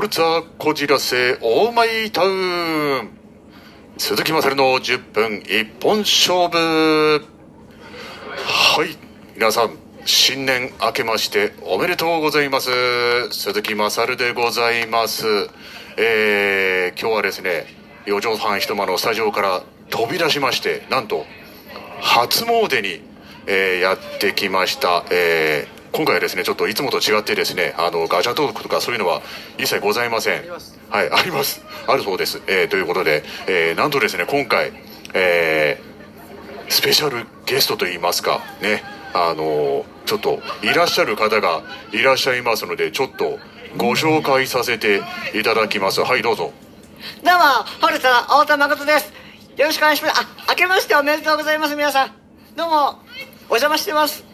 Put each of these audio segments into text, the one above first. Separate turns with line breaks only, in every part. ルツァこじらせオーマイタウン鈴木勝の10分一本勝負はい皆さん新年明けましておめでとうございます鈴木勝でございますえー今日はですね四畳半一間のスタジオから飛び出しましてなんと初詣に、えーやってきました、えー今回はですねちょっといつもと違ってですねあのガチャトークとかそういうのは一切ございませんはいありますあるそうです、えーということで、えーなんとですね今回、えースペシャルゲストといいますかねあのちょっといらっしゃる方がいらっしゃいますのでちょっとご紹介させていただきますはいどうぞ
どうも、本日は太田誠です。よろしくお願いします。あ、明けましておめでとうございます、皆さん。どうも、お邪魔してます。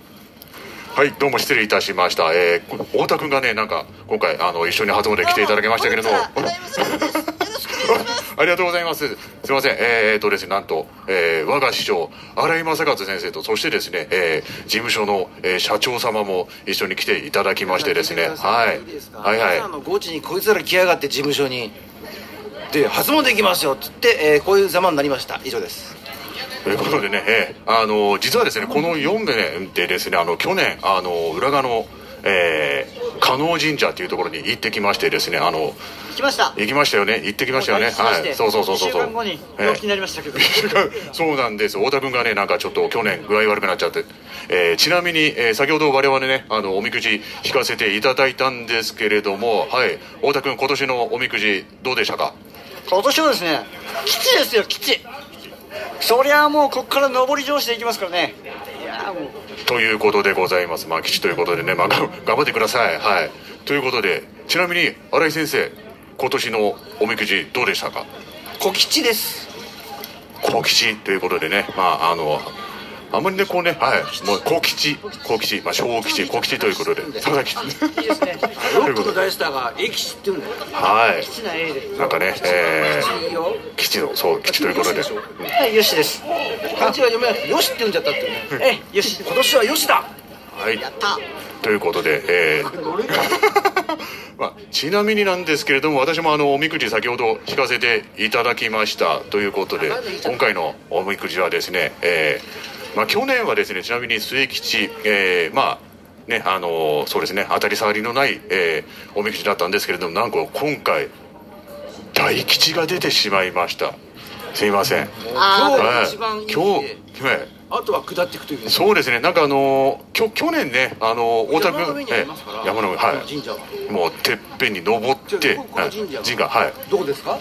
はいどうも失礼いたしました、えー、太田君がねなんか今回あの一緒に初詣来ていただきましたけ れども
どうも本日はよろしくお願いします
ありがとうございます。すいません。えー、っとですね、なんと、えー、我が師匠、荒井正和先生と、そしてですね、えー、事務所の、えー社長様も一緒に来ていただきましてですね、はい。
いですか
はいはい
朝。のゴチにこいつら来やがって事務所にで初詣行きますよっつって、えーこういうざまになりました以上です
ということでね、ええあの実はですねこの4年でですねあの去年あの浦賀の、えー、加納神社というところに行ってきましてですねあの
行きました。
行きましたよね行ってきましたよねはいそうそうそうそう
一週
そう
間後に
ええ
病気になりましたけど。
そうなんです太田君がねなんかちょっと去年具合悪くなっちゃって、えーちなみに、えー先ほど我々ねあのおみくじ引かせていただいたんですけれどもはい太田君今年のおみくじどうでしたか
今年はですね、吉ですよ、吉。そりゃあもう、こっから上り調子で行きますからね。いやーもう、
ということでございますまあ吉ということでねまあが頑張ってくださいはいということでちなみに新井先生今年のおみくじどうでしたか
小吉です
小吉ということでねまああのあんまりねこうねはいもう小吉小吉まあ小吉小吉ということで佐々木
いいですね。
ロックの大スターが駅吉って言うんだよ
はい
吉な A で。
なんかね、え
吉いいよ
ー、基地の、そう、基地ということで、
はい、よしです。
漢字は読めなくてよしって言うんじゃったっていうね
ええ、よし。
今年はよしだ
はい、
やった。
ということで、えー まあ、ちなみになんですけれども、私もあの、おみくじ先ほど引かせていただきましたということで、今回のおみくじはですね、えーまあ、去年はですね、ちなみに末吉、えーまあ、ね、あのーそうですね、当たり障りのない、えーおみくじだったんですけれども、なんか今回、大吉が出てしまいました。すいません。は
あー
今日が
い
一番いい、
今
ん
日
で、
はい
あとは下っていくというね
そうですね、なんかあのー、きょ去年ね、あのー、太田
山の上
君、
にありますから、
ええ山の上、は、
こ神社はい
もうてっぺんに登って、
じゃあここが
はい
神社が
神社、はい、
どこですか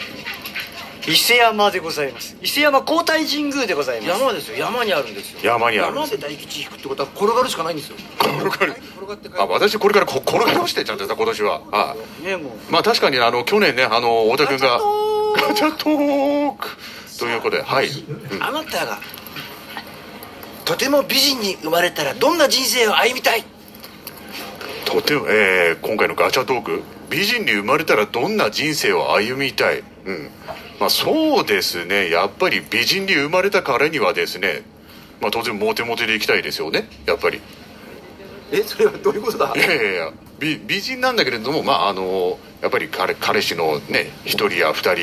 伊勢山でございます。伊勢山皇太神宮でございます。
山ですよ山にあるんですよ
山にあるんで
山
す
で大吉引くってことは転がるしかないんですよ
転がる。
転がって帰る
あ、私これからこ転がり落ちてっちゃってさ、今年は。あ、
ね、もう。
まあ確かにあの去年ね、あのー太田君がガチャトークということで、はい、
あなたがとても美人に生まれたらどんな人生を歩みたい
とても、えー今回のガチャトーク美人に生まれたらどんな人生を歩みたい、うんまあ、そうですねやっぱり美人に生まれた彼にはですね、まあ、当然モテモテでいきたいですよねやっぱり
えそれはどういうことだ
いやいやいや美美人なんだけれどもまああのやっぱり彼彼氏のね1人や2人、うん、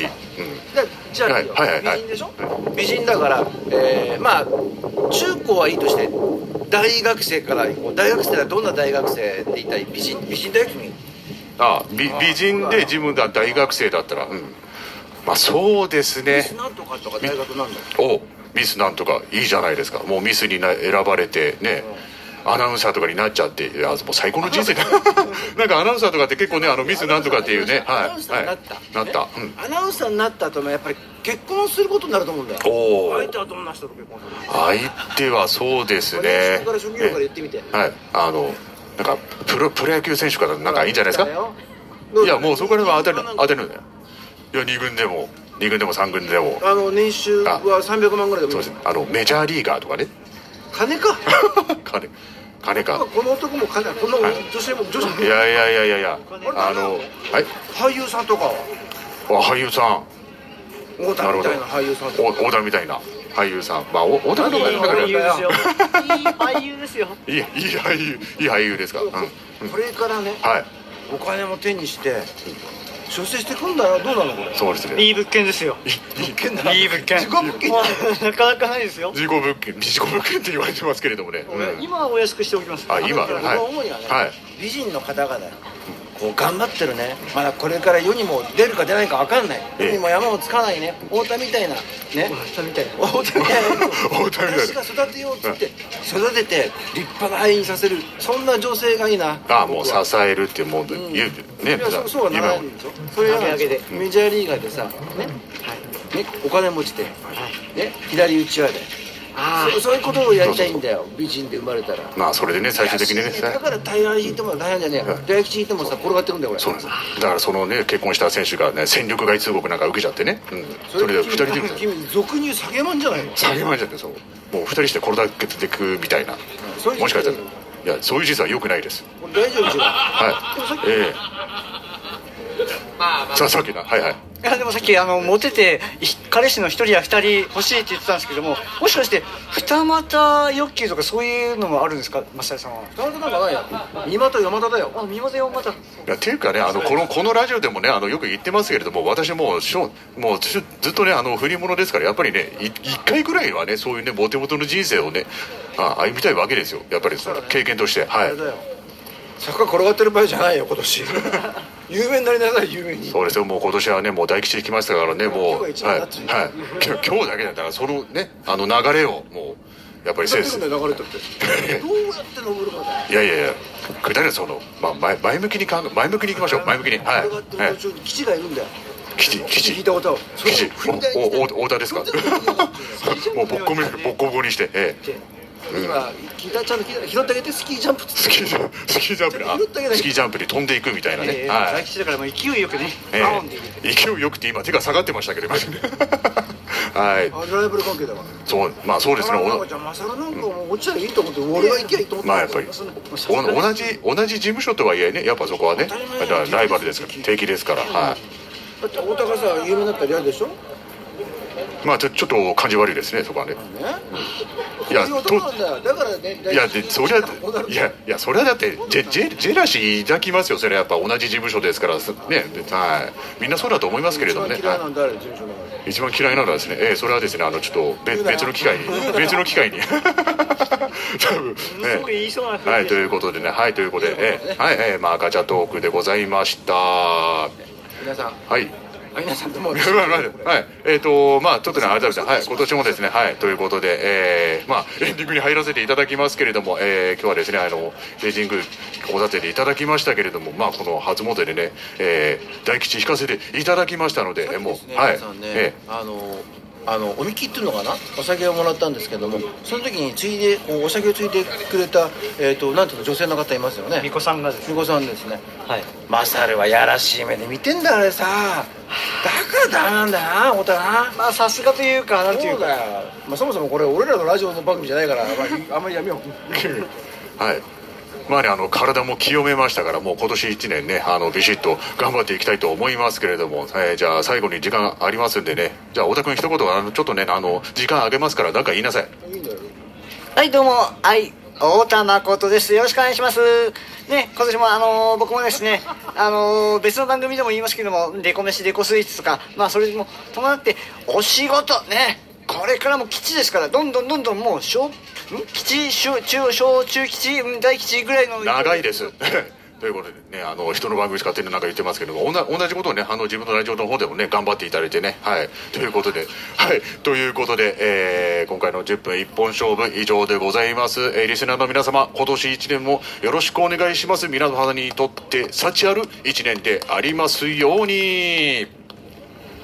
じゃあ、
はいはいはい
美人でしょ美人だから、えーまあ中高はいいとして大学生から大学生ならどんな大学生でいたい美人美人だよ君
あ美美人で自分が大学生だったら、うんまあ、そうですね
なんとかとか大学なんだ
をミスなんとかいいじゃないですかもうミスにな選ばれてね、アナウンサーとかになっちゃっていやもう最高の人生 だなんかアナウンサーとかって結構ねあのミスなんとかっていうね
ア
は
ナウン
い、
サー
はい、
に
な
な
っ
った、
た、うん
ね、アナウンサーになった後もやっぱり結婚することになると思うんだよ
おー
相手はどんな人と結婚するの
相手はそうですね
そこから職業から言ってみて
はいあのなんかプロプロ野球選手からなんかいいんじゃないですか
ど
いやもうそこら辺は当たる
なんか
当たるのよいや2軍でも2軍でも3軍でも
あの年収は300万ぐらいで
そ
も
う
いい
ですねあのメジャーリーガーとかね
金か
金金
まあ
か
この男も金だこの
はい
女性も女性も
いやいやいやいやいやあのはい
俳優さんとかは
あ俳優さん
太田みたいな俳優さんと
お
か
小田みたいな俳優さんまあお小田とかだから
俳
いい
優ですよ。いい俳優ですよ。
いい俳優いい俳優ですか、うん、
これからね
はい
お金も手にして出世してくんだよどうなのこれ
そうですね
いい物件ですよ
物件だ
いい物件
自己物件
もうなかなかないですよ、
事故物件事故物件って言われてますけれどもね、うん
今はお安くしておきます
あ今
だから
はい
僕が思うにはね、
はい
美人の方々こう頑張ってるねまだこれから世にも出るか出ないか分かんない
ええ
世にも山もつかないね太田みたいなね
明日みたいな
太田みたいな
太田みたいな
私が育てようっつって育てて立派な愛にさせるそんな女性がいいな
ああもう
僕は
支えるってもう、
ん
言うね
いやそうそうはならないでしょそれは
投げ上げで
メジャーリーガーでさ、ねお金持ちで、ね、
はい
左打ち輪で
あ
そうそういうことをやりたいんだよ美人で生まれたら
まあそれでね最終的にね
いやだから大安引いても大安じゃねえ
はい
大吉引いてもさ転がってくんだよこれ
そうなんですだからそのね結婚した選手がね戦力外通告なんか受けちゃってね、うん、それで二人で
君俗に言う下げまんじゃないの
下げまんじゃってそうもう二人してこれだけ出てくみたいな、
そういう
もしかしたら
こ
いやそういう事実はよくないです
れ大丈夫でしょでもさ
は
っ
い
き
ええさあさっきのはいはい
いやでもさっきあのモテてひ彼氏の一人や二人欲しいって言ってたんですけどももしかして二股欲求とかそういうのもあるんですか増田さんは
そんなことなんかないよ二股四股だよ
あ見ませんよまた
いやっていうかねあのこのこのラジオでもねあのよく言ってますけれども私もしょもうずずっとねあの振り物ですからやっぱりねい一回ぐらいはねそういうねモテモテの人生をねあ歩みたいわけですよやっぱりその経験としては
あ
い
れだよ坂転がってる場合じゃないよ今年有名になりなさい有名に
そうですよもう今年はねもう大吉行きましたからねもう
今
はい、
日が一番
はい
だっていう、
今日今日だけだからそのねあの流れをもうやっぱりセンス
流れてってどうやって登るかだよ
いやいやいやくだりはその、まあ、前前向きに考え前向きに行きましょう前向きには
転がって
い、は
る
い
途、中に基地がいるんだよ
吉吉
聞いたことをそれ
吉
振り台にして
おお太田ですかもうボッコボコにボッコボコにしてええ
今聞いたちゃんと聞いた拾ってあげてスキージャンプっつ
ス
って
キージャンプスキージャンプであ
言ったけど
スキージャンプに飛んでいくみたいなね、
えー
は
大
い、
吉だからもう勢いよくね
ええ
バーンって入れて
勢いよくて今手が下がってましたけど今ね はい
あライバル関係だから
そうまあそうですね
だからなん
お
かじゃあマサルなんかも落ちたらいいと思って俺は行きゃいいと思って
まあやっぱり
そんな
お同じ同じ事務所とはいえねやっぱそこはねだからライバルですから敵ですからはい
だって太田がさ有名になったら嫌でしょね
まあちょちょっと感じ悪いですねそこはねいや
こうう男なんだよだからね
いやでそりゃいやいやそれはだってジェジェジェラシー抱きますよそれはやっぱ同じ事務所ですからすねはいみんなそうだと思いますけれどもね
一番嫌いなんだあれ事務所の中で
一番嫌いなのはですね、ええ、それはですねあのちょっと別
うなよ
別の機会に別の機会に 多分
すごく
ええ
言いそうな雰
は
囲
い
気
と
で
いうことでねはいということで、ええはい、ええ、まあガチャトークでございましたは
皆さん
い
あ皆さんともう
まあまあはいえっ、とまあちょっとねあれだはい今年もですねはいということで、ええ、まあエンディングに入らせていただきますけれども、ええ、今日はですねあのエイジングお立てていただきましたけれどもまあこの初詣でね、ええ、大吉引かせていただきましたのでええもう
ですね
はい
皆さんね、
ええ
あのあのおみきっていうのかなお酒をもらったんですけどもその時についでこうお酒をついでくれた、えー、となんていうの女性の方いますよね
巫女さんがですね
みこさんですね
はい
マサルはやらしい目で見てんだあれさだからダメなんだな太田な
まあさすがというかなんてい
そう
うか
だよ、まあ、そもそもこれ俺らのラジオの番組じゃないから、まあ、あんまり闇を
はい。まあね、あの体も清めましたからもう今年1年ねあのビシッと頑張っていきたいと思いますけれども、えーじゃあ最後に時間ありますんでねじゃあ太田君一言あのちょっとねあの時間あげますから何か言いなさい
いいんだよ
はいどうもはい太田誠ですよろしくお願いしますね今年もあのー僕もですねあのー別の番組でも言いますけどもデコ飯デコスイーツとかまあそれにも伴ってお仕事ねこれからも基地ですからどんどんどんどんもう小ん基地小中小中基地うん大基地ぐらいの
長いです ということでねあの人の番組使ってるなんか言ってますけども同同じことをねあの自分のラジオの方でもね頑張っていただいてねはいということではいということで、えー今回の10分一本勝負以上でございます、えーリスナーの皆様今年1年もよろしくお願いします皆様にとって幸ある1年でありますように